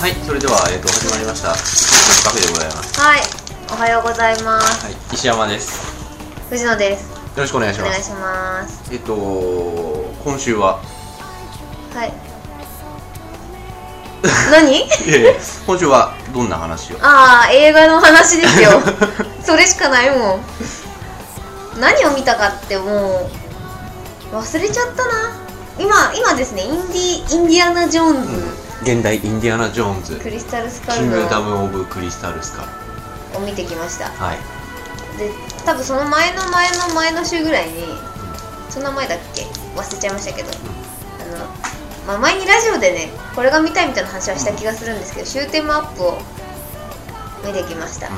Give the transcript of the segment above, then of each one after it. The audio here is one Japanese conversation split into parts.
はい、それでは、えっ、と、始まりました。カフェでございます。はい、おはようございます。はい、石山です。藤野です。よろしくお願いしおま願いす。します。えっ、と今週は、 はい。何？いやいや今週はどんな話を。ああ、映画の話で すよ。それしかないもん。何を見たかってもう忘れちゃったな。今今ですね、インディインディアナジョーンズ、現代インディアナ・ジョーンズ、クリスタルスカキルングダドム・オブ・クリスタル・スカル。を見てきました。はい。で、多分その前の前の前の週ぐらいに、その前だっけ忘れちゃいましたけど。あの、まあ、前にラジオでねこれが見たいみたいな話はした気がするんですけど終点マップを見てきました、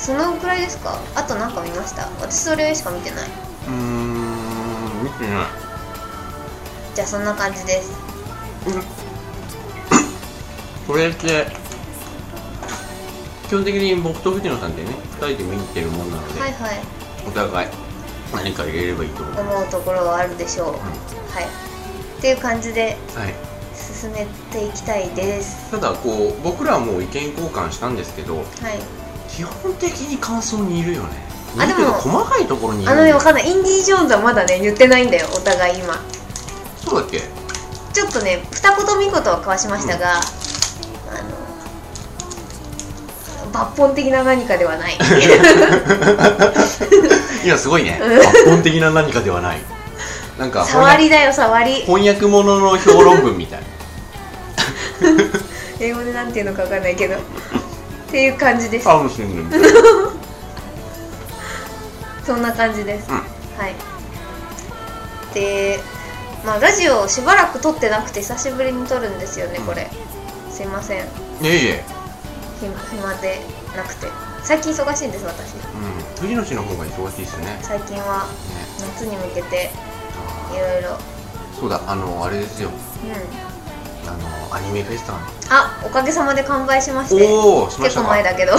そのくらいですかあと何か見ました私それしか見てないうーん、見てない。じゃあそんな感じですそれって、基本的に僕と藤野さんでね、二人で見に行ってるもんなので、はいはいお互い何か入れればいいと思う。は思うところはあるでしょう、はいっていう感じでい。進めていきたいですただこう僕らはもう意見交換したんですけどはい基本的に感想にいるよねあでもいるけど細かいところにいるあのねわかんないインディ・ジョーンズはまだね言ってないんだよお互い今そうだっけちょっとね二言三言は交わしましたが、あの抜本的な何かではないいやすごいね抜本的な何かではないなん か触翻りだよ触り訳翻訳物の評論文みたい 英語でなんていうのかわかんないけどっていう感じですあもしれないみたいそんな感じです、うんはいでまあラジオをしばらく撮ってなくて久しぶりに撮るんですよねこれすいませんいえいえ、暇暇でなくて最近忙しいんです私うん、藤野氏の方が忙しいですねね最近は夏に向けていろいろそうだあのあれですようんあのアニメフェスタあおかげさまで完売しましておおしまし結た構か前だけど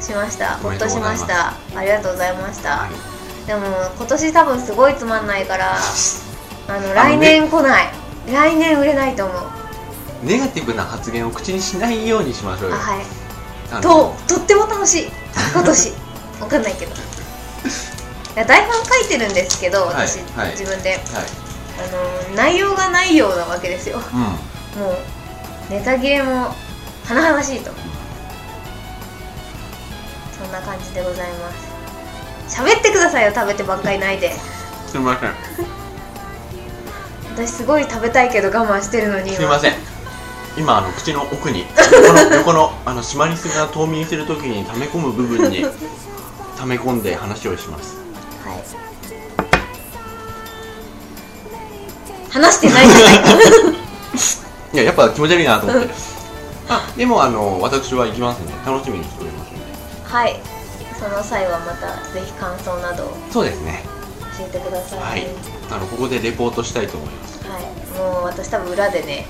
しましたおほめっでととうごしざいまますしたありがとうございました、はいでも今年多分すごいつまんないからあのね来年来ない、来年売れないと思うあネガティブな発言を口にしないようにしましょうよはいあのととっても楽しい今年わかんないけどいや台本書いてるんですけどはい私、はい自分ではいあの内容がないようなわけですようんもうネタ切れも華々しいとそんな感じでございます喋ってくださいよ食べてばっかりないですみません私すごい食べたいけど我慢してるのにすみません今あの口の奥に横の横のあのシマリスが冬眠してる時に溜め込む部分に溜め込んで話をしますはい話してないじゃない いややっぱ気持ち悪いなと思ってあでもあの私は行きますんで楽しみにしておりますんではいその際はまたぜひ感想などをそうですね教えてくださいはいあのここでレポートしたいと思いますはいもう私多分裏でね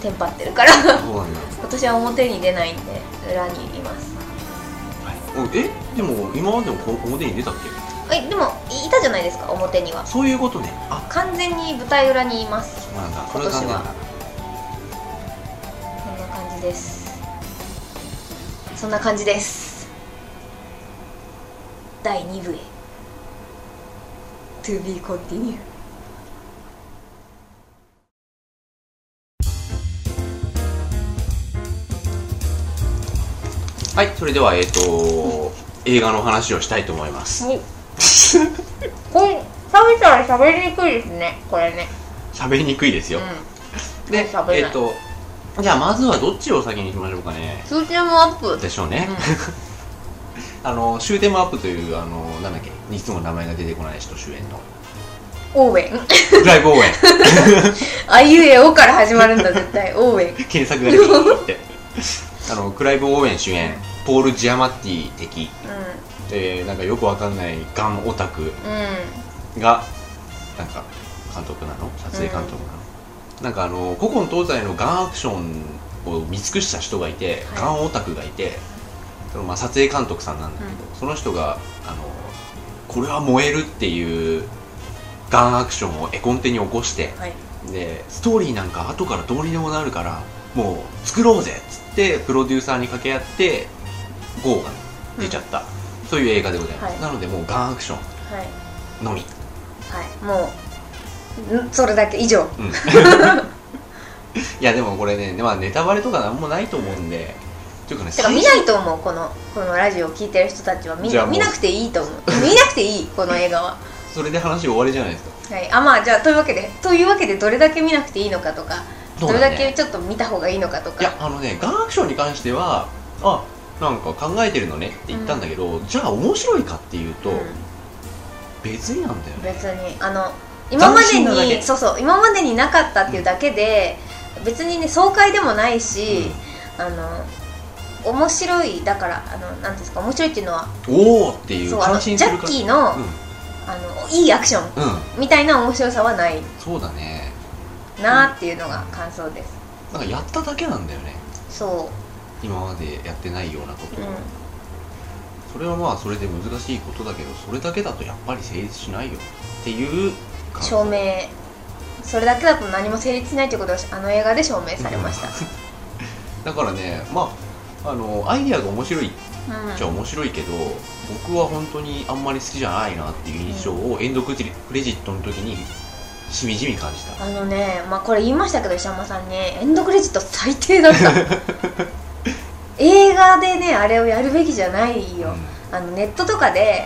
テンパってるから そうなんだ、は今年は表に出ないんで裏にいますい、えでも今までもこ表に出たっけえでもいいたじゃないですか表にはそういうことねあ完全に舞台裏にいますそうなんだそれは残念だなそんな感じですそんな感じです第2部へ To be continue はいそれではえっ、と映画の話をしたいと思いますはいこれ食べたら喋りにくいですねこれね喋りにくいですうよ、んで、もう喋れなえいっ、と、じゃあまずはどっちを先にしましょうかね。通知もアップでしょうね。あの、終点もアップという、あの、なんだっけ、いつも名前が出てこない人主演の。オー ウェンライブ応援 あいうえおから始まるんだ絶 対オーウェン検索が出てくるって。あの、クライブ・応援主演、ポール・ジアマッティ的、えー、なんかよくわかんないガンオタクうんうんが、なんか、監督なの撮影監督なの、なんかあの、古今東西のガンアクションを見尽くした人がいて、はいガンオタクがいて、そのまあ撮影監督さんなんだけど、その人があのこれは燃えるっていうガンアクションを絵コンテに起こしてはいでストーリーなんか後からどうにでもなるからもう作ろうぜっつってプロデューサーに掛け合って「GO」が出ちゃった、そういう映画でございます、はいなのでもうガンアクションはいのみ、はいもうんそれだけ以上 うんいやでもこれね、まあ、ネタバレとかなんもないと思うんでというかねてか見 CG ないと思うこのこのラジオを聞いてる人たちは見じゃあもう見なくていいと思う見なくていいこの映 画はそれで話終わりじゃないですかはいあまあじゃあというわけでというわけでどれだけ見なくていいのかとかそどうれだだねけちょっと見た方がいいのかとかいやあのねガンアクションに関してはあなんか考えてるのねって言ったんだけど、じゃあ面白いかっていうと、うん別になんだよね別にあの今まで斬新なだにけそうそう今までになかったっていうだけで、別にね爽快でもないし、あの面白いだからあのなんていうんですか面白いっていうのはおおっていうそうあの感心ジャするッかキーの,、あのいいアクションうん、うん、みたいな面白さはないそうだねなーっていうのが感想です、なんかやっただけなんだよねそ今までやってないようなことう、うん、それはまあそれで難しいことだけどそれだけだとやっぱり成立しないよっていう感想証明それだけだと何も成立しないということがあの映画で証明されました、だからねまああのアイデアが面白いっうんちゃ面白いけど、僕は本当にあんまり好きじゃないなっていう印象をエンドクジクレジットの時にしみじみ感じたあのね、まあ、これ言いましたけど石山さんにエンドクレジット最低だった 映画でねあれをやるべきじゃないよ、あのネットとかで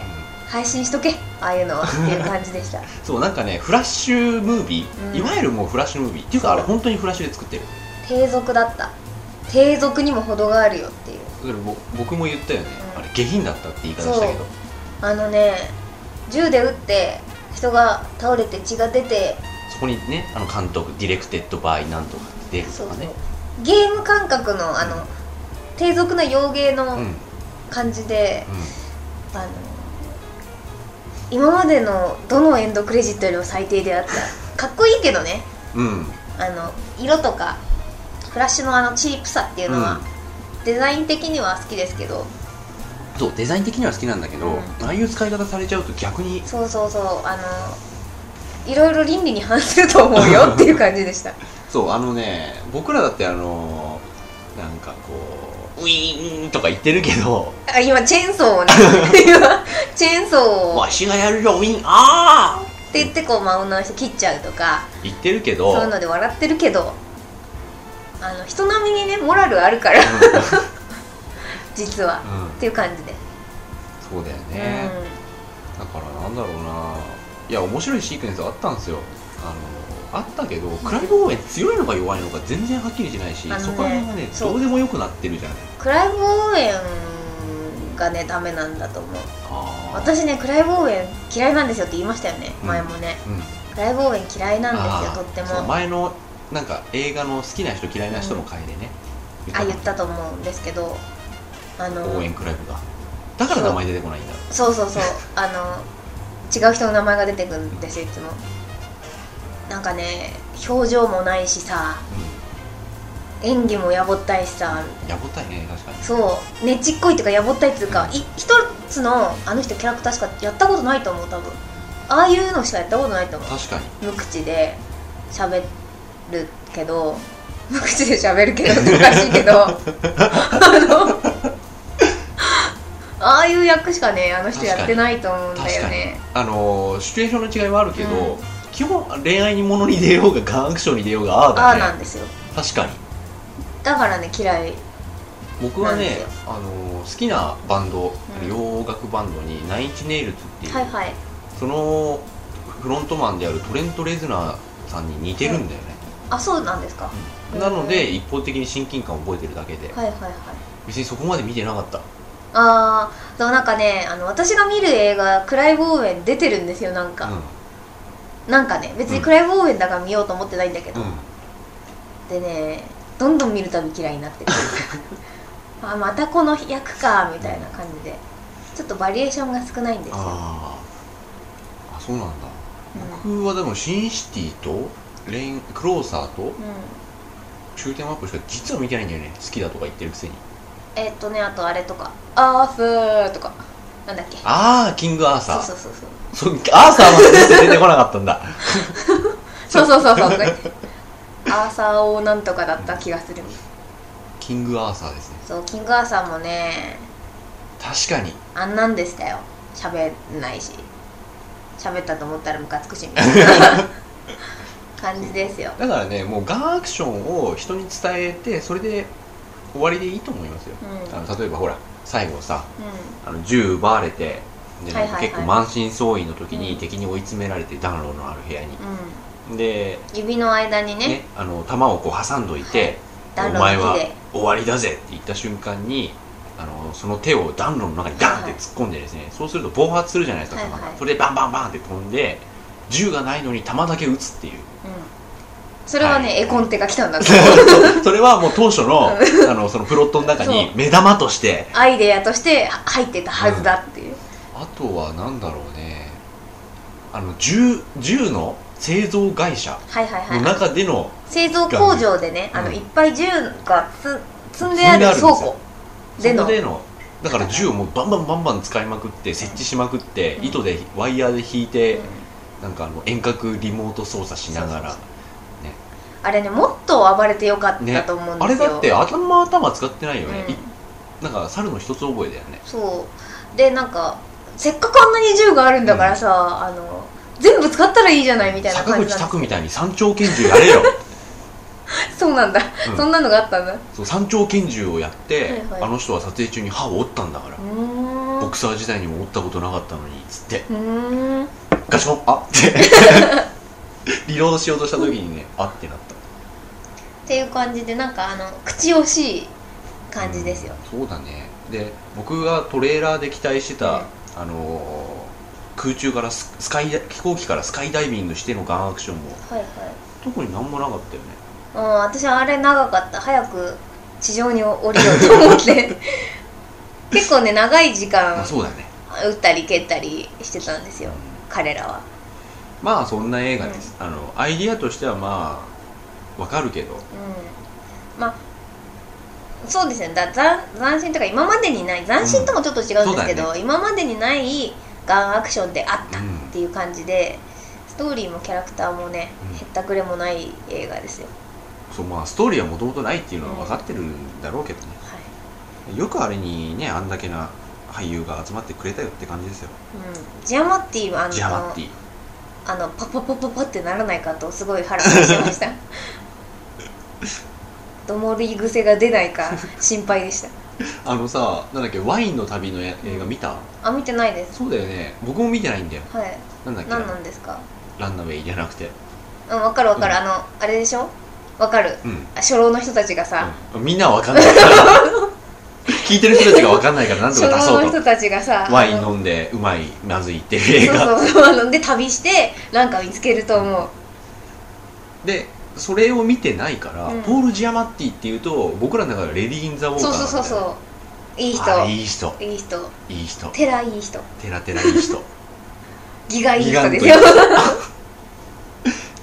配信しとけああいうのはっていう感じで したそうなんかねフラッシュムービー、うんいわゆるもうフラッシュムービーっていうかあれ本当にフラッシュで作ってる低俗だった低俗にも程があるよっていうそれぼ僕も言ったよね、うんあれ下品だったって言い方したけどあのね銃で撃って人が倒れて血が出てそこにねあの監督ディレクテッドバイなんとかって出るそとうかそうねゲーム感覚のあの低俗な洋芸うんうんの感じで、あの今までのどのエンドクレジットよりも最低であったかっこいいけどねうんあの色とかフラッシュのあのチープさっていうのは、デザイン的には好きですけどそうデザイン的には好きなんだけど、うんああいう使い方されちゃうと逆にそうそうそうあのいろいろ倫理に反すると思 うよっていう感じでしたそうあのね僕らだってあのーなんかこうウィーンとか言ってるけどあ今チェーンソーを ね今チェーンソー「をっわしがやるよウィーンああ!」て言ってこう間を直して切っちゃうとか言ってるけどそういうので笑ってるけどあの人並みにねモラルあるから 実はうんうんっていう感じで、そうだよね、だからなんだろうないや面白いシークエンスあったんですよあのあったけどクライブ・オーウェン強いのか弱いのか全然はっきりしないし、あのねそこら辺がねそうどうでもよくなってるじゃないうん、クライブ・オーエンがねダメなんだと思うあー私ねクライブ・オーエン嫌いなんですよって言いましたよね、うん前もねうんクライブ・オーエン嫌いなんですあーよとってそうも前のなんか映画の好きな人嫌いな人の回でね、あ言ったと思うんですけどあの応援クラブがだから名前出てこないんだそうそ うそうあの違う人の名前が出てくるんですよいつもなんかね表情もないしさ演技もやぼったいしさうんやぼったいね確かにそうねちっこいっていうかやぼったいっていうかい一つのあの人キャラクターしかやったことないと思う多分ああいうのしかやったことないと思う確かに無口で喋るけど無口で喋るけどっておかしいけどあのああいう役しかねあの人やってないと思うんだ確よかにねあのーシチュエーションの違いはあるけど、う基本恋愛にものに出ようがガンアクションに出ようがああああだねなんですよ確かにだからね嫌い僕はなんでねすよ、あのー好きなバンド、うん洋楽バンドにナインチネイルズっていう、はいはいそのフロントマンであるトレント・レズナーさんに似てるんだよね、あそうなんですかうんなので一方的に親近感を覚えてるだけで、はいはいはい別にそこまで見てなかったああでもなんかねあの私が見る映画クライブ・オーウェン出てるんですよなんか、なんかね別にクライブ・オーウェンだから見ようと思ってないんだけうど、ん、うんでねどんどん見るたび嫌いにな ってくるあまたこの役かみたいな感じでちょっとバリエーションが少ないんですよ、あーあそうなんだうん僕はでもシンシティとレンクローサーとうん、中点アップしか実は見てないんだよね好きだとか言ってるくせにえーっとねあとあれとか「アーフー」とかなんだっけああキングアーサそうーそうそうそそううアーサーまで出てこなかったんだ そうそうそうそうアーサー王なんとかだった気がするキングアーサーですねそうキングアーサーもね確かにあんなんでしたよ喋んないし喋ったと思ったらムカつくしみたい な感じですよだからねもうガンアクションを人に伝えてそれで終わりでいいと思いますようんうんあの例えばほら最後さあの銃奪われてで、はいはいはい結構満身創痍の時うにん敵に追い詰められて暖炉のある部屋にうんで、指の間にねね、あの弾をこう挟んどいて、暖お炉の前火はで終わりだぜって言った瞬間にあのその手を暖炉の中にガンって突っ込んでですね、そうすると暴発するじゃないですか弾が、はいはいそれでバンバンバンって飛んで銃がないのに弾だけ撃つっ ていううんそれはね、はい絵コンテが来たんだと それはもう当初のあのそのプロットの中にそ目玉としてアイデアとして入ってたはずだっていう、あとはなんだろうねあの銃銃の製造会社はいはいのはい中での、製造工場でね、うんあのいっぱい銃がつ積んであ積んるであるんですよ倉庫でそのこでのだから銃をもうバンバンバンバン使いまくって設置しまくって、うん糸でワイヤーで引いて、うんなんかあの遠隔リモート操作しながらそうあれねもっと暴れてよかったと思うんであすれよ、だって頭頭使ってないよね、うんいなんか猿の一つ覚えだよねそうでなんかせっかくあんなに銃があるんだからさ、あの全部使ったらいいじゃないみたいな坂感じ口なん拓みたいに三丁拳銃や れよそうなんだ、うんそんなのがあったんだうそう三丁拳銃をやって、はいはいあの人は撮影中に歯を折ったんだから、ーんボうクサー時代にも折ったことなかったのにつってーんガションあって リロードしようとした時にねあってなったっていう感じでなんかあの口惜しい感じですよ、うんそうだねで僕がトレーラーで期待してた、うんあのー空中からススカイダ飛行機からスカイダイビングしてのガンアクションもはいはい特になんもなかったよねうん私はあれ長かった早く地上に降りようと思って 結構ね長い時間あそうだね、打ったり蹴ったりしてたんですよ彼らはまあそんな映画です、あのアイディアとしてはまあわかるけどうんまあそうですねだざ斬新とか今までにない斬新ともちょっと違うんですけうんそうだど、よ今までにないガンアクションであったっうんていう感じで、ストーリーもキャラクターもねうんへったくれもない映画ですよ、そうまあストーリーはもともとないっていうのは分かってるんだろうけどねはいよくあれにねあんだけな俳優が集まってくれたよって感じですようん、ジアマッティはあジャマッのティあのパパパパパってならないかとすごい腹がしてました どもり癖が出ないか心配でしたあのさなんだっけワインの旅のや映画見た、あ見てないですそうだよね僕も見てないんだよはいなんだっけ何なんですかランナウェイじゃなくて、うんわかるわかる、うんあのあれでしょわかるうんあ初老の人たちがさ、うんみんなは分かんない から聞いてる人たちが分かんない からなんと初か出老のそ人うたちがさとワインあの飲んでうまいまずいっていう映そう画そうそうあので旅してなんか見つけると思うでそれを見てないから、うんポール・ジアマッティっていうと僕らの中ではレディ・イン・ザ・ウォーカーそうなんそうだそうよそういい人あいい人いい人いい人テラいい人テラテラいい 人ギガいいギガ人ンといでいす人よ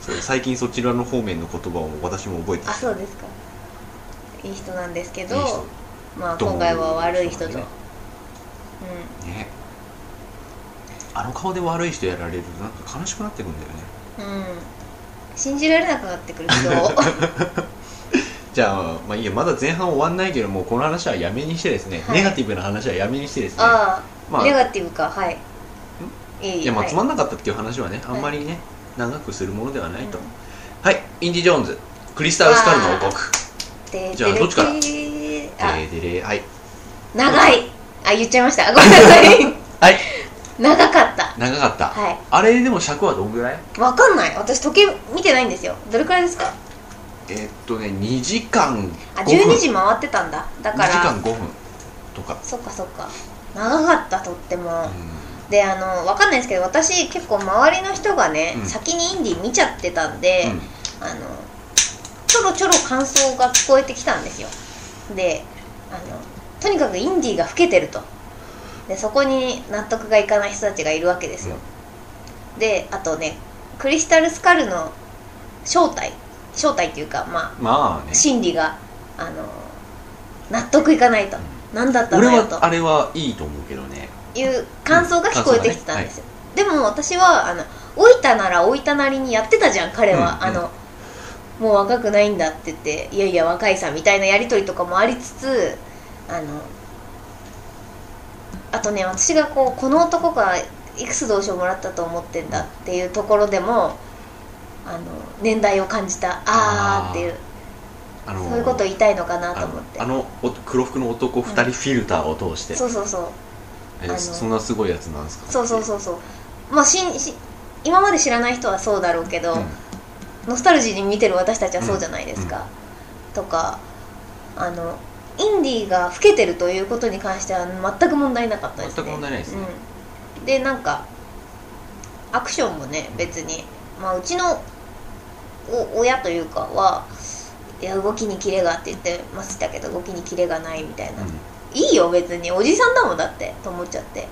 そう最近そちらの方面の言葉を私も覚えてあますそうですかいい人なんですけどいい人まあどう今回は悪い人と、ねねあの顔で悪い人やられるとなんか悲しくなってくんだよねうん、うん、信じられなくなってくる 人じゃあ、まあ、いいやまだ前半終わんないけどもうこの話はやめにしてですね、はいネガティブな話はやめにしてですねああ、まあネガティブかはいいいいやまあはいつまんなかったっていう話はね、あんまりね長くするものではないと、はいインディ・ジョーンズクリスタル・スカルの王国でじゃあどっちからでであでーでれーはい長いあ言っちゃいましたごめんなさい はい長かった長かった、はあれでも尺はどんぐらいいわかんない私時計見てないんですよどれくらいですかえーっとね2時間5分あ12時回ってたんだだか2時間ら5分とかそっかそっか長かったとってうも、であのわかんないですけど私結構周りの人がね、うん先にインディ見ちゃってたんで、ん、うんあのちょろちょろ感想が聞こえてきたんですよであのとにかくインディーが老けてるとでそこに納得がいかない人たちがいるわけですよ、であとねクリスタルスカルの正体正体っていうかままああね心理があの納得いかないと何だったの俺よはとあれはいいと思うけどねいう感想が聞こえてきてたんですよ、でも私はあの老いたなら老いたなりにやってたじゃん彼は、うんうんあのもう若くないんだって言っていやいや若いさみたいなやり取りとかもありつつあのあとね私がこうこの男がいくつ同賞もらったと思ってんだっていうところでもあの年代を感じたあーっていうあのそういうこと言いたいのかなあと思のってあのお黒服の男2人フィルターを通して、そうそうそうえあのそんなすごいやつなんですかそうそうそうそうまあしんし今まで知らない人はそうだろうけど、うんノスタルジーに見てる私たちはそうじゃないですか、とかあのインディーが老けてるということに関しては全く問題なかったですね全く問題ないですね、うん、でなんかアクションもね別に、まあ、うちのお親というかはいや動きにキレがって言ってましたけど動きにキレがないみたいな、うんいいよ別におじさんだもんだってと思っちゃって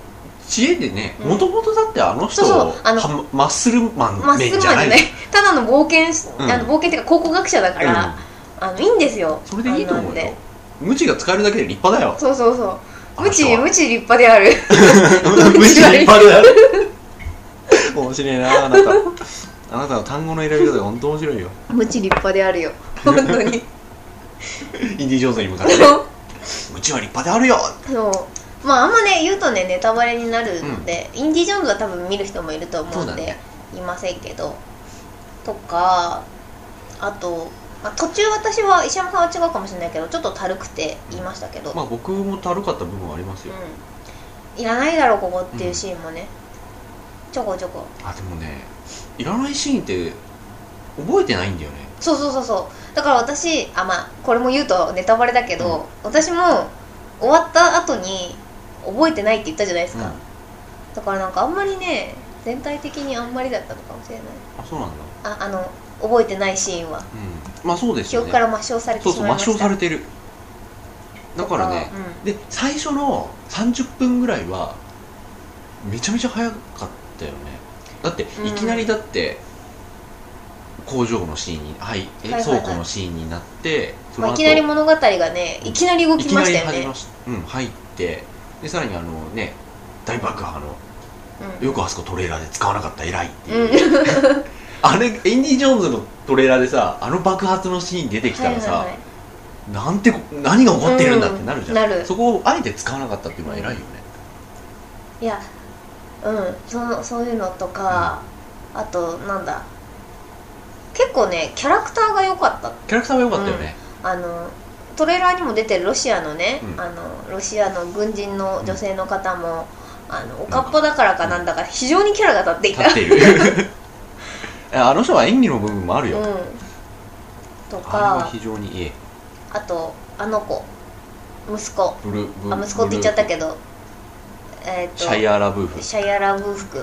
知恵でねうんもともとだってあの人そうそうあのはマッスルマまンっす面ぐじゃまなでいねただの冒険し、うんあの冒険っていうか考古学者だから、あのいいんですようんそれでいいと思あんうなんよで無知が使えるだけで立派だよそうそうそう無知あの無知立派であ る人は 無知が立派 だよ面白いなあなたあなたの単語の選び方が本当面白いよ無知立派であるよ本 当にインディ・ジョーンズに向か ってうちは立派であるよそうまああんまね言うとねネタバレになるので、インディ・ジョーンズは多分見る人もいると思そううだんで、ねいませんけどとかあと、まあ、途中私は石山さんは違うかもしれないけどちょっとたるくて言いましたけど、まあ僕もたるかった部分はありますよ、うん、いらないだろここっていうシーンもね、ちょこちょこあでもねいらないシーンって覚えてないんだよねそうそうそうそうだから私あまあこれも言うとネタバレだけど、私も終わった後に覚えてないって言ったじゃないですか、だからなんかあんまりね全体的にあんまりだったのかもしれないあそうなんだああの覚えてないシーンはうんまあそうです記よね憶から抹消されてそうしそうまい抹ました消されてるだからねあうんで最初の30分ぐらいはめちゃめちゃ早かったよねだってうんいきなりだって、工場のシーンに、はいえはいはいはい倉庫のシーンになってそまのあ、後いきなり物語がねいきなり動いききまなしりたよ始めねました、うん、入ってでさらにあのね大爆破のうんよくあそこトレーラーで使わなかった偉いってうんいう、あれエンディ・ジョーンズのトレーラーでさあの爆発のシーン出てきたらさ、はいはいはいなんてこ何が起こってるんだってなるじゃん、うんなるそこをあえて使わなかったっていうのは偉いよね、いやうんそのそういうのとか、あとなんだ結構ねキャラクターが良かったキャラクターは良かったよね、あのトレーラーにも出てるロシアのね、うんあのロシアの軍人の女性の方も、あのおかっぽだからかなんだか非常にキャラが立っていた、立ってい るあの人は演技の部分もあるよ、うあれん、とはか非常にいいあとあの子息子ブルブあ息子って言っちゃったブけどえーっルとシャイアラブーフシャイアラブーフ君、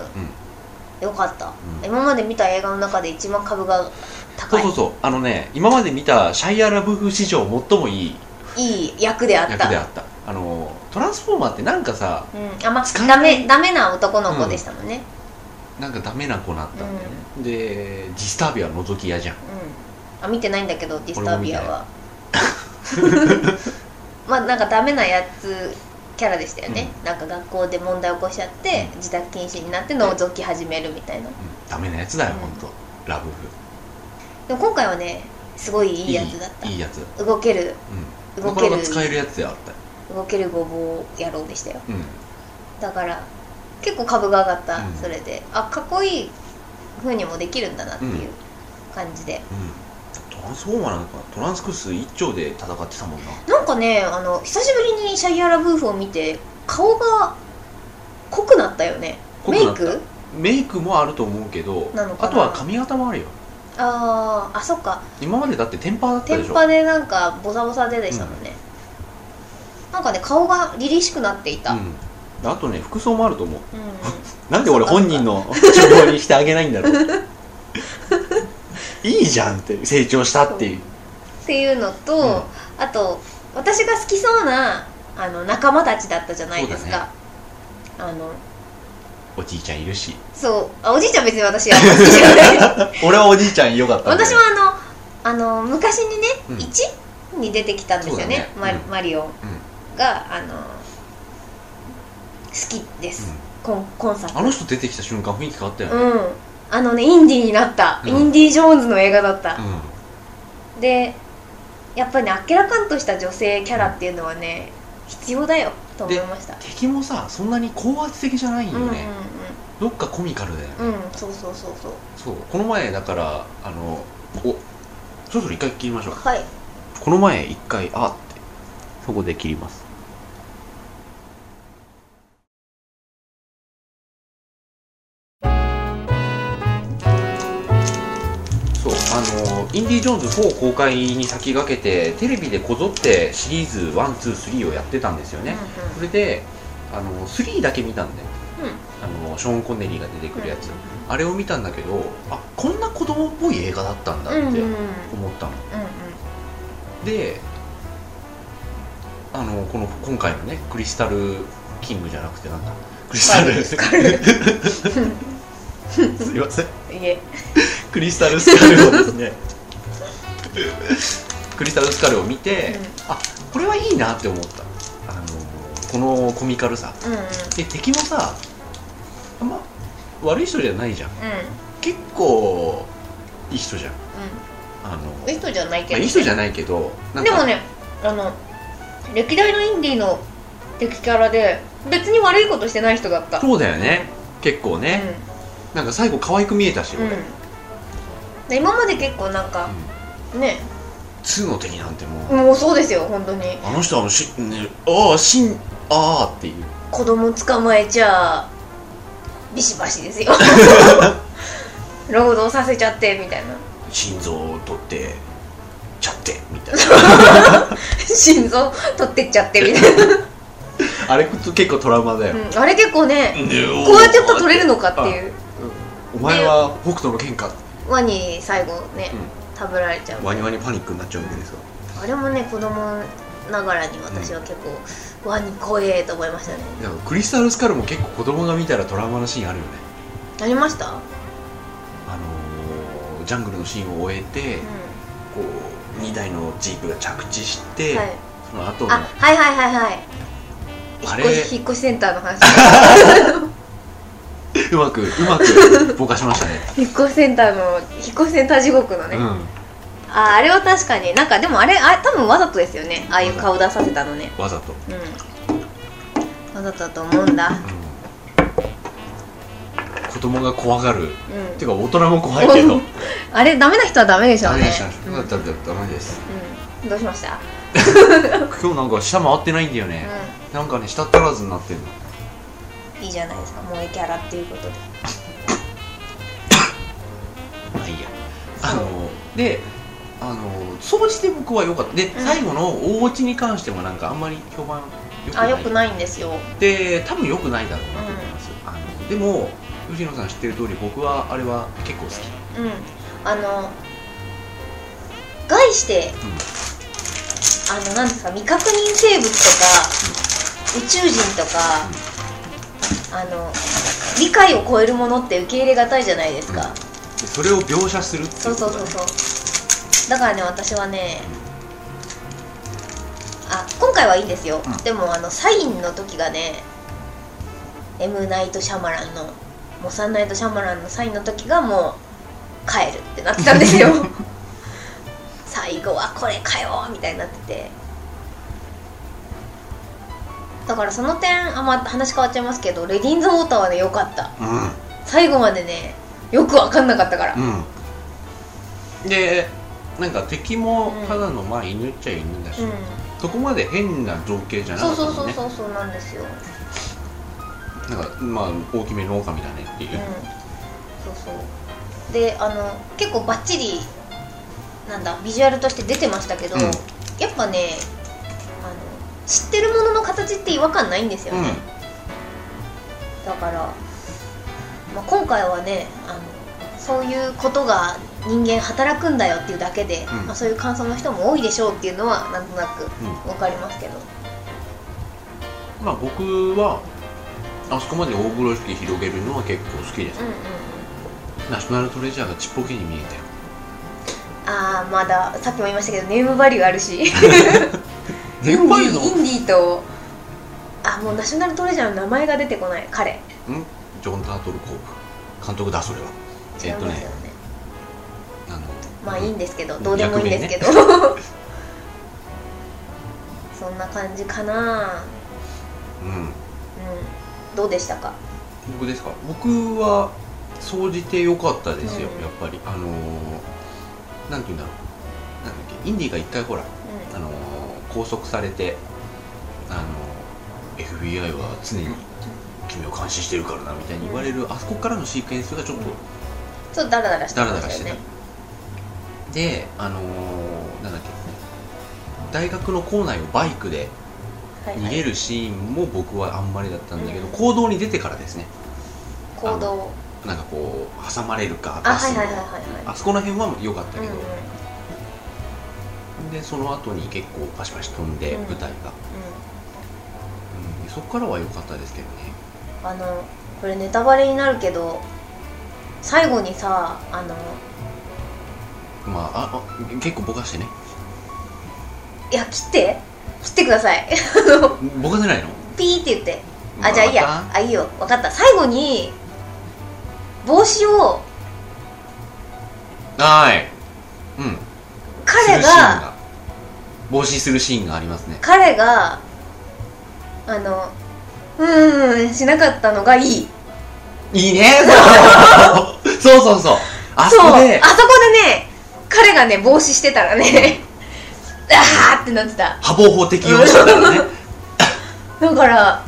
よかった、うん今まで見た映画の中で一番株がそ高ういそうそうあのね今まで見たシャイアラブーフ史上最もいいいい役であった役であったあのトランスフォーマーってなんかさうん、あま使えあなダいメダメな男の子でしたもんね、なんかダメな子なったんだよね、でディスタービア覗き屋じゃんうんあ見てないんだけどディスタービアは まあなんかダメなやつキャラでしたよね、なんか学校で問題起こしちゃって、うん自宅禁止になって覗き始めるみたいな、うんダメなやつだよ、うんほんとラブーフでも今回はねすごいいいやつだったいいいいやつ、うん、動ける動なかけなるか使えるやつであったよ動けるごぼう野郎でしたようんだから結構株が上がった、うんそれであかっこいい風にもできるんだなっていう感じで、うん、トランスフォーマーなんかトランスクス一丁で戦ってたもんななんかねあの久しぶりにシャイアラブーフを見て顔が濃くなったよね濃くメイなったクメイクもあると思うけどなのかなあとは髪型もあるよあーあそっか今までだってテンパーだったテでしンょパでなんかボサボサででしたもんね、なんかね顔が凛々しくなっていた、うんうん、あとね服装もあると思うなんで俺本人の希望にしてあげないん だろういいじゃんって成長したっていうっていうのと、うんあと私が好きそうなあの仲間たちだったじゃないですそうだか、あのおじいちゃんいるしそうあおじいちゃん別に私は好きじゃない 俺はおじいちゃんよかったんだよ私はあのあの昔にね、うん1に出てきたんですよねそうマだリねマリオンがあの好きです、コンコンサーうん、あの人出てきた瞬間雰囲気変わったよトね、うんあのねインディーになった、うんインディ・ジョーンズの映画だった、うんでやっぱりねあっけらかんとした女性キャラっていうのはね必要だよと思いました敵もさそんなに高圧的じゃないんうよんうんね、どっかコミカルだよね、うんうんそうそうそうそうそうこの前だからあのおそろそろ一回切りましょうはいこの前一回あってそこで切りますそうあのインディ・ジョーンズ4公開に先駆けてテレビでこぞってシリーズ123をやってたんですよね、それであの3だけ見たんだよ、あのショーン・コネリーが出てくるやつ、あれを見たんだけどあこんな子供っぽい映画だったんだうんうんうんっうてんうんうんうん思ったの、であのこの今回のねクリスタルキングじゃなくてなんだクリスタルスカルですすいませんいえクリスタルスカルをですねクリスタルスカルを見て、あこれはいいなって思ったあのこのコミカルさうんうんで敵もさあんま悪い人じゃないじゃん結構いい人じゃんうあの、まんうんいい人じゃないけあ、どいい人じゃないけどなんでかもねあの歴代のインディーの敵キャラで別に悪いことしてない人だったそうだよね結構うね、んなんか最後可愛く見えたし、う俺んで今まで結構なんかね2の敵なんてもう、もうそうですよ本当にあの人はあのし、ね、ああしんああっていう子供捕まえちゃビシバシです よ労働させちゃってみたいな心臓を取ってちゃってみたい 心臓取ってっちゃってみたいな、なあれ結構トラウマだよ、うんあれ結構ねねおーこうやってやったら取れるのかっていうお前は北斗の剣かワニ最後ね、食べられちゃうワニワニパニックになっちゃうわけですよあれもね子供ながらに私は結構、ワニ怖えと思いましたねだからクリスタルスカルも結構子供が見たらトラウマのシーンあるよねありましたあのージャングルのシーンを終えて、うんこう2台のジープが着地して、はいその後のあはいはいはいはいあ引っれ越し引っ越しセンターの話 うまくうまくぼかしましたね、引っ越しセンターの引っ越しセンター地獄のね、うんああれは確かになんかでもあれあ多分わざとですよねああいう顔出させたのねわざと、うんわざとだと思うんだ子供が怖がるうんてか大人も怖いけど あれダメな人はダメでしょダうメねでしたそうだったらダメですうん、どうしました、今日なんか下回ってないんだよね、なんかね下足らずになってるのうんいいじゃないですか萌えキャラっていうことでまあいいやあのであの総じて僕は良かったで、ん最後の大落ちに関してもなんかあんまり評判良くなあいよくないんですよで多分良くないだろうなと思います、あのでも藤野さん知ってる通り僕はあれは結構好きうんあの概して、あのなんですか未確認生物とか、宇宙人とか、あの理解を超えるものって受け入れがたいじゃないですか、うんでそれを描写するっていそううこそとだうそねうそうだからね私はねあ今回はいいんですよ、うんでもあのサインの時がね M ナイト・シャマランのモサンナイト・シャマランのサインの時がもう帰るってなってたんですよ 最後はこれかよみたいになっててだからその点あま話変わっちゃいますけどレディーンズ・ウォーターはね良かった最後までねよく分かんなかったから、うんうんでなんか敵もただのまあ犬っちゃ犬だし、うんそこまで変な造形じゃなそかうったそうもんそうねそうそうなんですよ。うん。なんかまあ大きめの狼だねっていう、そうそう。で、あの結構バッチリなんだビジュアルとして出てましたけど、うんやっぱね、あの知ってるものの形って違和感ないんですよね。だから、まあ、今回はね、あのそういうことが人間働くんだよっていうだけで、うんまあそういう感想の人も多いでしょうっていうのはなんとなくうわかりますけど。んまあ僕はあそこまで大風呂敷広げるのは結構好きです、うんうんうん。ナショナルトレジャーがちっぽけに見えたよああまださっきも言いましたけどネームバリューあるし。全インディインディーとあもうナショナルトレジャーの名前が出てこない彼ジョン・タートルコープ監督だそれはえっとね違いますよねあのまあいいんですけどどうでもいいんですけど、 そんな感じかなうんうんどうでしたか僕ですか僕は総じて良かったですよ、うんやっぱりあのーなんて言うんだろうなんだっけインディが一回ほらあのー拘束されてあのー FBI は常に君を監視してるからなみたいに言われる、あそこからのシークエンスがちょっとちょっとダラダラしてダまラダラししてたた、よねであのーなんだっけ大学の構内をバイクではい逃はげいるシーンも僕はあんまりだったんだけど、うん行動に出てからですね行動なんかこう挟まれるかあバはスいのはいはいはいはあそこら辺は良かったいけど、うんでその後に結構パシパシ飛んで、うん舞台が、ううん、そこからは良かったですけどねんあのこれネタバレになるけど最後にさあのまあああ結構ぼかしてねいや切って切ってください あのぼかせないのピーって言ってまあじゃあいいやあいいよ分かった最後に帽子をはいうんす彼るシーンがが防止するシーンがありますね彼があのうーんしなかったのがいいいい ねそうそうそうそうあそこでうあそこでね彼がね帽子してたらね あーってなってた破防法適用したからね だからあ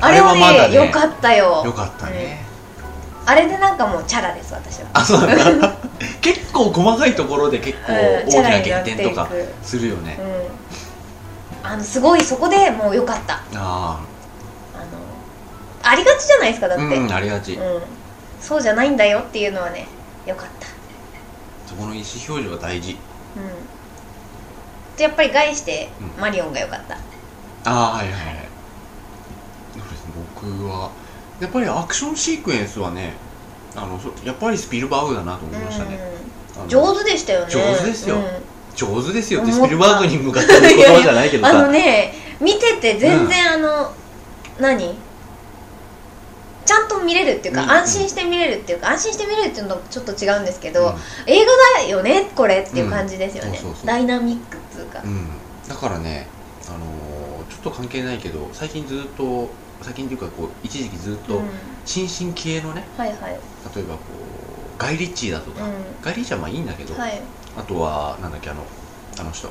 あれれははまだねね良かったよよかったね、あれでなんかもうチャラです私はあそうなんだ結構細かいところで結構う大んきチャなラになっ減てい点くとかするよね、うんあのすごいそこでもう良かったああのありがちじゃないですかだあって、ううんんありがち、そうじゃないんだよっていうのはね良かったそこの意思表示は大事うんでやっぱり返してうんマリオンが良かった、ああはいはいはいそうですね僕はやっぱりアクションシークエンスはねあのそやっぱりスピルバーグだなと思いましたね、あうのん、上手でしたよね上手ですようん上手ですよって思スったピルバーグに向かってる言葉じゃないけどあのさね見てて全然あの、何ちゃんと見れるっていうか、うん安心して見れるっていうか安心して見れるっていうのとちょっと違うんですけど、うん映画だよねこれっていう感じですよね、うんそうそうそうダイナミックっていうか、うん、だからね、あのーちょっと関係ないけど最近ずっと最近というかこう一時期ずっとうん新進気鋭のねはいはい、例えばこうガイ・リッチーだとか、うガイ・リッチーはまあいいんだけど、ん、はいあとはなんだっけあのあの人あ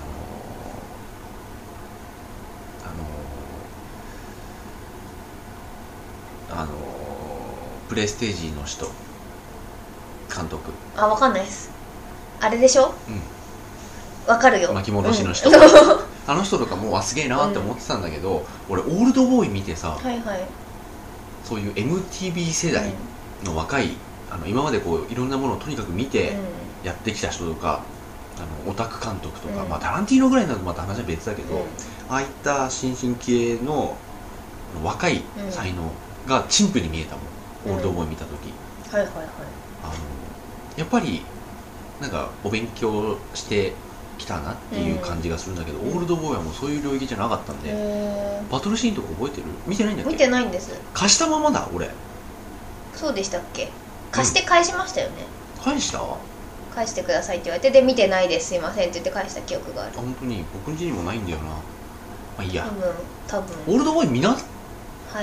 のーあのーあのープレイステージの人監督あわかんないですあれでしょわかるよ巻き戻しの人うんはあの人とかもうあすげえなって思ってたんだけど、俺オールドボーイ見てさ、いはいそういう MTV 世う代んの若い、あの今までこういろんなものをとにかく見てやってきた人とか、あのオタク監督とか、うんまあ、タランティーノぐらいになるとまた話は別だけど、うんああいった新進気鋭の若いうん才能が陳腐に見えたもん、うんオールドボーイ見た時はいはいはいあのやっぱりなんかお勉強してきたなっていう感じがするんだけど、うんオールドボーイはもうそういう領域じゃなかったんで、へバトルシーンとか覚えてる見てないんだーっけ見てないんです貸したままだ俺そうでしたっけ貸して返しましたよね、返したあ返してくださいって言われてで見てないですすいませんって言って返した記憶がある本当に僕ん家にもないんだよなまあいいや多、分オ多ー分ルドボーイ見なは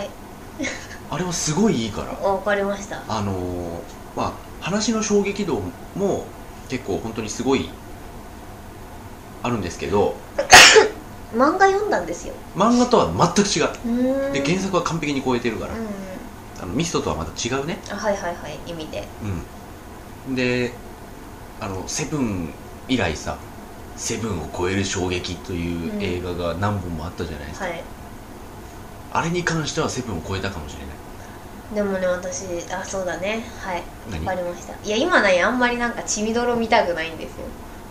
いあれはすごいいいからわかりましたあのーまあ話の衝撃度も結構本当にすごいあるんですけど漫画読んだんですよ漫画とは全く違うーうんで原作は完璧に超えてるから、うんあのミストとはまた違うねあはいはいはい意味でうんであのセブン以来さ「セブンを超える衝撃」という映画が何本もあったじゃないですか、はいあれに関してはセブンを超えたかもしれないでもね私あそうだねはい何わかりましたいや今ねあんまりなんか血みどろ見たくないんですよ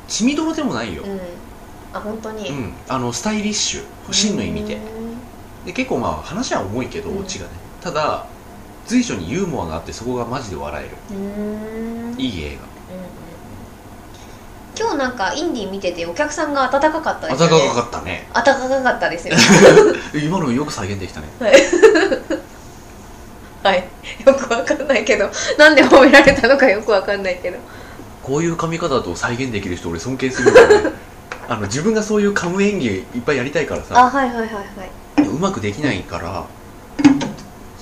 血みどろでもないよ、うんあ本当に、う、うんあのスタイリッシュ真の意味でで結構まあ話は重いけどうんオチがねただ随所にユーモアがあってそこがマジで笑えるーんうーんいい映うんうん今日なんかインディー見ててお客さんが温かかった画で暖すよねかかったね暖かかったです よ今のよく再現できたねはいよくわかんないけどなんで褒められたのかよくわかんないけどここういう髪型と再現できる人俺尊敬するんだ よねあの自分がそういうカム演技いっぱいやりたいからあさはいはいはいはでいもうまくできないから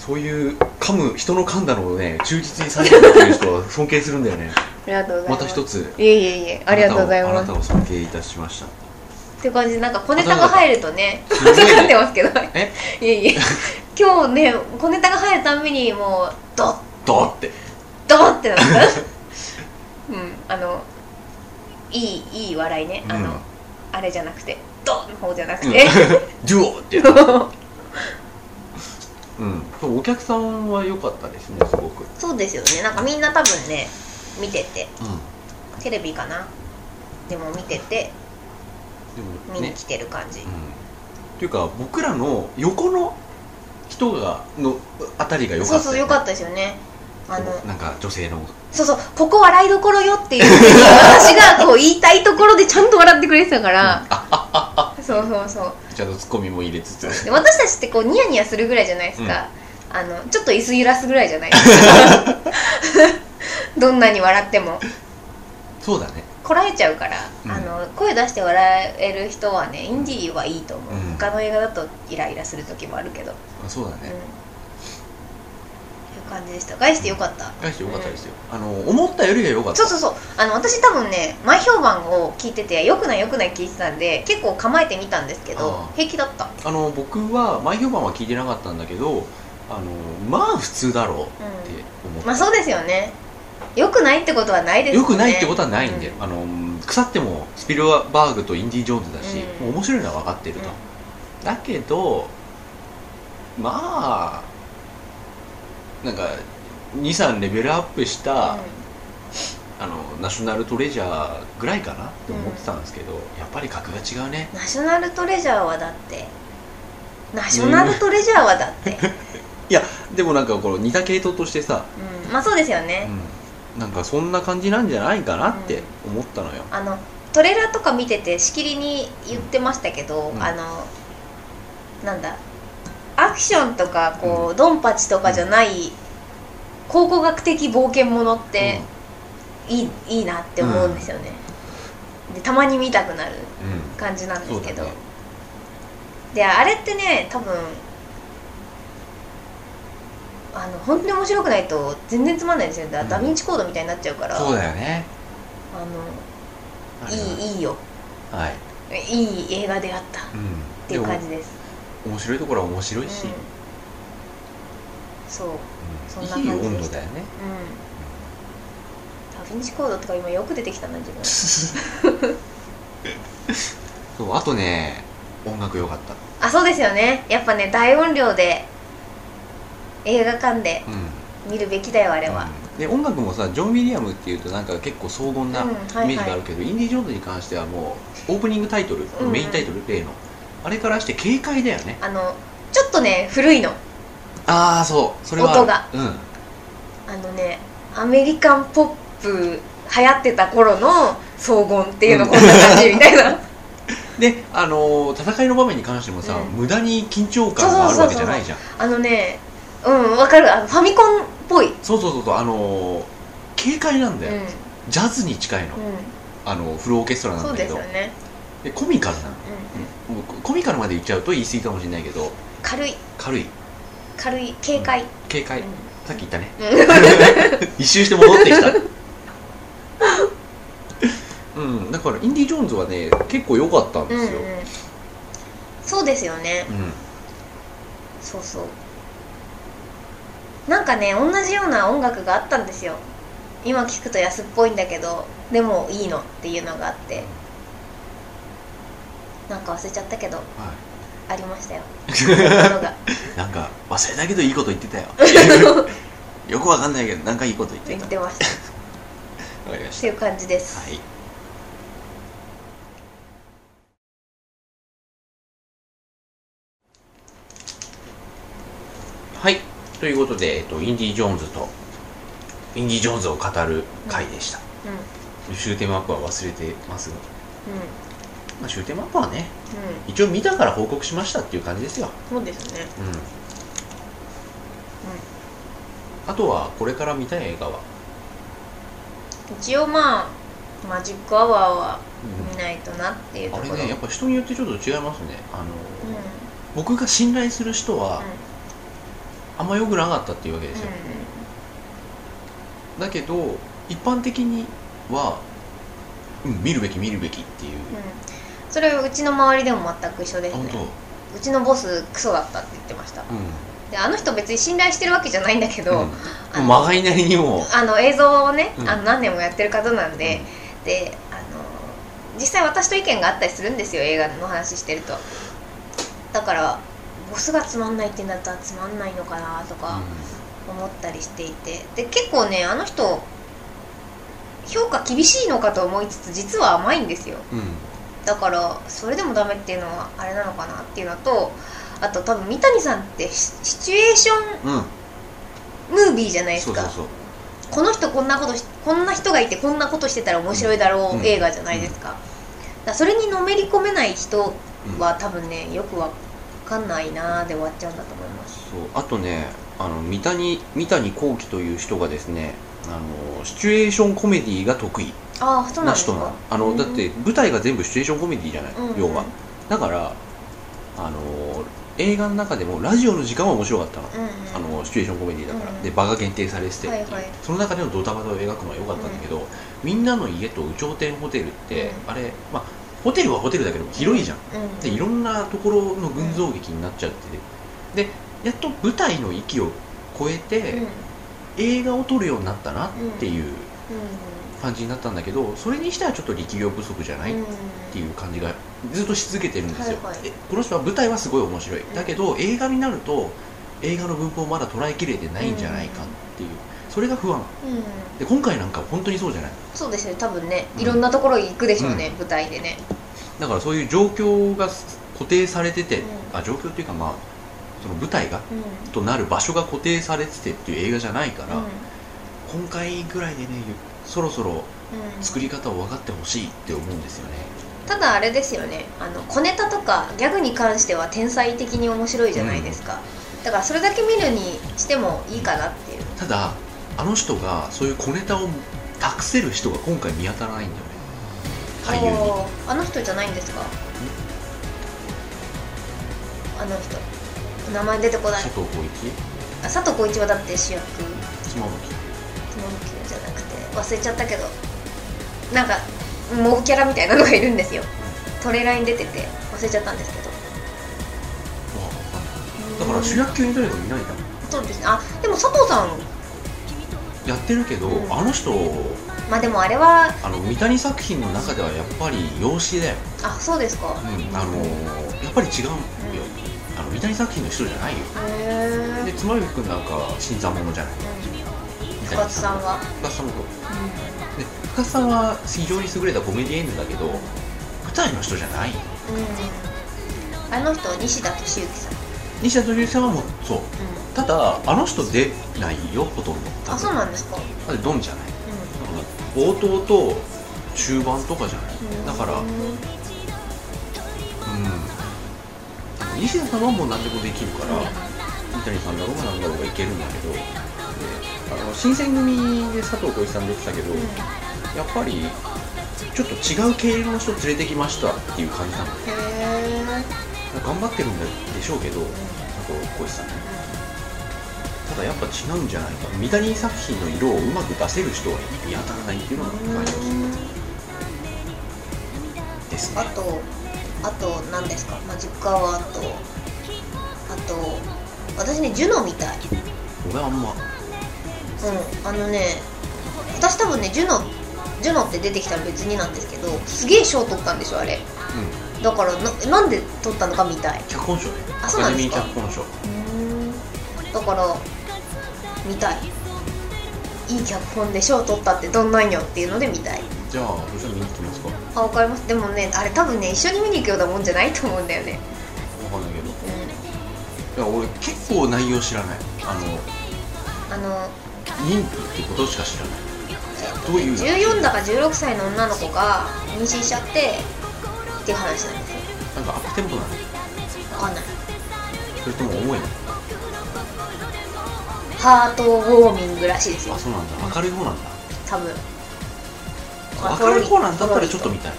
そういう噛む人の噛んだのをね忠実に再現できる人は尊敬するんだよ ねありがとうございまますた一ついえいえいえありがとうございあまなすたをあなたを尊敬いたしま したって感じでなんか小ネタが入るとねすごいかかってねますけどえいえいえ今日ね小ネタが入るたんびにもうドッドーってドッってなったうんあのいいいい笑いね、あうんのあれじゃなくてドッの方じゃなくうんて、 ジュオーってやうんそうお客さんは良かったですねすごく そうですよねなんかみんな多分ね見ててうテレビかなでも見ててんでも見にね来てる感じ、っていうか僕らの横の人がのあたりが良かったそうよね、そうよかったですよねあのなんか女性のそうそうここ笑いどころよっていう私がこう言いたいところでちゃんと笑ってくれてたから、そうそうそうちゃんとツッコミも入れつつで私たちってこうニヤニヤするぐらいじゃないですか、あのちょっと椅子揺らすぐらいじ ゃないですかどんなに笑っても そうだねこらえちゃうから、うんあの声出して笑える人はねインディーはいいと思う、うん他の映画だとイライラする時もあるけど、うあそうだん、ねいう感じでした返してよかった返して良かったですよ、あの思ったよりは良かったそうそうそうあの私多分ね前評判を聞いててよくないよくない聞いてたんで結構構えてみたんですけどああ平気だったうんあの僕は前評判は聞いてなかったんだけどあのまあ普通だろうって思った、まあそうですよねよくないってことはないですよ良ねくないってことはないんだでよ、あの腐ってもスピルバーグとインディ・ジョーンズだし、うんもう面白いのは分かってると、だけどまあなんか23レベルアップした、あのナショナルトレジャーぐらいかなって思ってたんですけど、やっぱり格が違うねナショナルトレジャーはだってナショナルトレジャーは だって、でもなんかこの似た系統としてさ、うん、まあそうですようね、ん、なんかそんな感じなんじゃないかなって思ったのよ、あのトレーラーとか見ててしきりに言ってましたけど、うんあのなんだアクションとかこう、ドンパチとかじゃない考古学的冒険ものっていい,、いいなって思うんですよね、でたまに見たくなるうんうん感じなんでそうすだけねど、であれってね多分あの本当に面白くないと全然つまんないですよねだうんダヴィンチコードみたいになっちゃうから、そうだよねああのれはいいいいよはい、いい映画であったっうん、ていう感でじです、も面白いところは面白うんいし、、そう、うん、そんなうん、いい感じ温で度しただよねダヴィンチコードとか今よく出てきたな 自分そうあとね音楽良かったあそうですよねやっぱね大音量で映画館でうん見るべきだよあれは、うんで音楽もさジョン・ウィリアムっていうとなんか結構荘厳なイうんメはいはいージがあるけど、インディ・ジョーンズに関してはもうオープニングタイトル、うんメインタイトル例のあれからして軽快だよねあのちょっとね古いのああそうそれはある音がうんあのねアメリカンポップ流行ってた頃の荘厳っていうのうんこんな感じみたいなであのー戦いの場面に関してもさ、うん無駄に緊張感があるわけじゃないじゃんあのねうんわかるあのファミコンっぽい、うんそうそうそうそうあのー軽快なんだよ、ジャズに近いの、うあのフルオーケストラん、なそんうだでけすどよでね、コミカルなのうん、もうコミカルまで言っちゃうと言い過ぎかもしれないけど軽い軽い軽い軽快、軽快、うんさっき言ったね うん一周して戻ってきた うんだからインディ・ジョーンズはね結構良かったんでうんすよ、うんそうですよねうんそうそうなんかね同じような音楽があったんですよ今聞くと安っぽいんだけどでもいいのっていうのがあってなんか忘れちゃったけどはありました よそういうものがい、 なんか忘れたけどいいこと言ってたよよくわかんないけどなんかいいこと言って言たっわてましたっかりましていう感じでたすはいはいということで、えっと、インディ・ジョーンズとインディ・ジョーンズを語る回でした、うんうん終点マークは忘れてますが、まあ、終点マップはねうん一応見たから報告しましたっていう感じですよ、そうですねうんあとはこれから見たい映画は一応まあマジックアワーはうん見ないとなっていうとあこれろねやっぱ人によってちょっと違いますねあの、うんうん僕が信頼する人は、あんまよくなかったっていうわけですよ、だけど一般的には、うん、見るべき見るべきっていう、うんうんそれはうちの周りでも全く一緒であす本ね当、うんうちのボスクソだったって言ってましたであの人別に信頼してるわけじゃないんだけど、うん、まがいなりにもあの映像をね、うんあの何年もやってる方なんで、であの実際私と意見があったりするんですよ映画の話してるとだからボスがつまんないって言うんだったらつまんないのかなとか思ったりしていてで結構ねあの人評価厳しいのかと思いつつ実は甘いんですようん、うんだからそれでもダメっていうのはあれなのかなっていうのとあと多分三谷さんってシシチュエーションうん、ムービーじゃないですそうかそうそうこの人こんなことしこんな人がいてこんなことしてたら面白いだろう、うん映画じゃないですか,、だからそれにのめり込めない人は多分ねよくわかんないなーで終わっちゃうんだと思いますそうあとねあの三谷三谷幸喜という人がですねあのシチュエーションコメディが得意ああそうななんです人なのかあの、うんだって舞台が全部シチュエーションコメディじゃない、うん要はだからあの映画の中でもラジオの時間は面白かったの、うんうんあのシチュエーションコメディだから、うんで場が限定されてて、はいはいその中でのドタバタを描くのは良かったんだけど、みんなの家と有頂天ホテルって、うあれまあホテルはホテルだけども広いじゃん、うんでいろんなところの群像劇になっちゃっててでやっと舞台の域を超えて、うんうん映画を撮るようになったなっていうう感じになったんだけどそれにしてはちょっと力量不足じゃない、んうんっていう感じがずっとし続けてるんですよ、はいはいえこの人は舞台はすごい面白いだけど映画になると映画の文法をまだ捉えきれてないんじゃないかっていう、それが不安うんで今回なんか本当にそうじゃないそうですね多分ねうんいろんなところに行くでしょうね、舞台でねだからそういう状況が固定されてて、うんあ状況っていうかまあその舞台がうんとなる場所が固定されててっていう映画じゃないから、うん今回ぐらいでねゆそろそろうん作り方を分かってほしいって思うんですよね、ただあれですよねあの小ネタとかギャグに関しては天才的に面白いじゃないですか、だからそれだけ見るにしてもいいかなっていうただあの人がそういう小ネタを託せる人が今回見当たらないんだよね俳優におーあの人じゃないんですかあの人名前出てこない佐藤浩市あ佐藤浩市はだって主役妻夫友樹じゃなくて忘れちゃったけどなんかモブキャラみたいなのがいるんですよトレーラーに出てて忘れちゃったんですけど木だから主役級に誰かいないんだもんそうですねあでも佐藤さんやってるけど、うんあの人まあでもあれはあの三谷作品の中ではやっぱり養子だよ、あそうですかあのーやっぱり違うんよ、あの三谷作品の人じゃないよへでえ妻夫木君なんか新参者じゃない三深谷津さんは、深津さんもそうで深津さんは非常に優れたコメディエンヌだけど舞台の人じゃないようん、あの人西田敏行さん、西田敏行さんはもうそうただあの人出ないよほとんどあそうなんですか、うんだってドンじゃないだから冒頭と中盤とかじゃないだからううん西田さんはもう何でもできるからうん三谷さんだろうが何だろうがいけるんだけどであの新選組で佐藤浩市さん出てたけど、うんやっぱりちょっと違う経路の人連れてきましたっていう感じなのへえ頑張ってるんでしょうけど佐藤浩市さんねただやっぱ違うんじゃないか三谷作品の色をうまく出せる人は見当たらないっていうのが感じですねあとあと何ですかマジックアワーとあと私ねジュノみたい俺はあんまうんあのね私多分ねジュノジュノって出てきたら別になんですけどすげえ賞取ったんでしょあれうんだからななんで取ったのかみたい脚本賞ねあアそうなカんデでミすーか脚本賞だから見たいいい脚本で賞を取ったってどんなんよっていうので見たいじゃあそしたら見に行きますかわあわかりますでもねあれ多分ね一緒に見に行くようなもんじゃないと思うんだよねかんないけどういや俺結構内容知らないあのんあの妊婦ってことしか知らないどういう14だか16歳の女の子が妊娠しちゃってっていう話なんですよなんかアップテンポなのわかんないそれとも重いのハートウォーミングらしいですよあそうなんだ明るい方なんだ多分あ明るいポコロリナンだったらちょっと見たいよ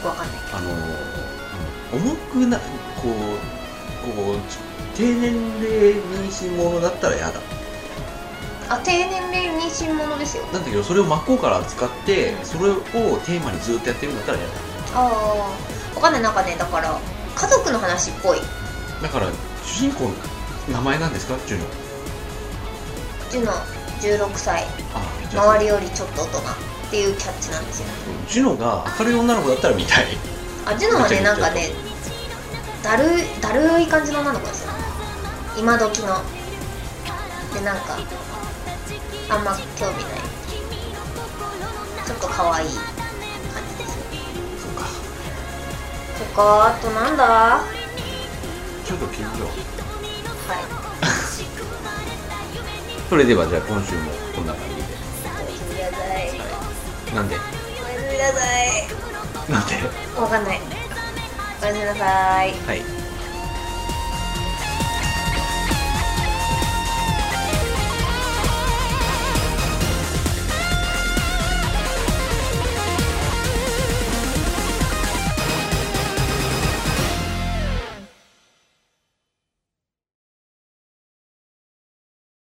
くわかんないけあのーうん重くなこうこう低年齢妊娠ものだったら嫌だどあ低年齢妊娠ものですよなんだけどそれを真っ向から扱ってそれをテーマにずっとやってるんだったら嫌だああわかんないなんかねだから家族の話っぽいだから主人公の名前なんですかジュニョジュノ16歳あじゃあ周りよりちょっと大人っていうキャッチなんですよジュノが明るい女の子だったら見たいあジュノはねめちゃなくんちゃかねだるいだるい感じの女の子ですよ今時のでなんかあんま興味ないちょっと可愛い感じですよそうかそっかあとなんだはちょっと聞いてよいそれではじゃあ今週もこんな感じおやすみなさいでなんでおやすみなさいなんでわかんないおやすみなさいはい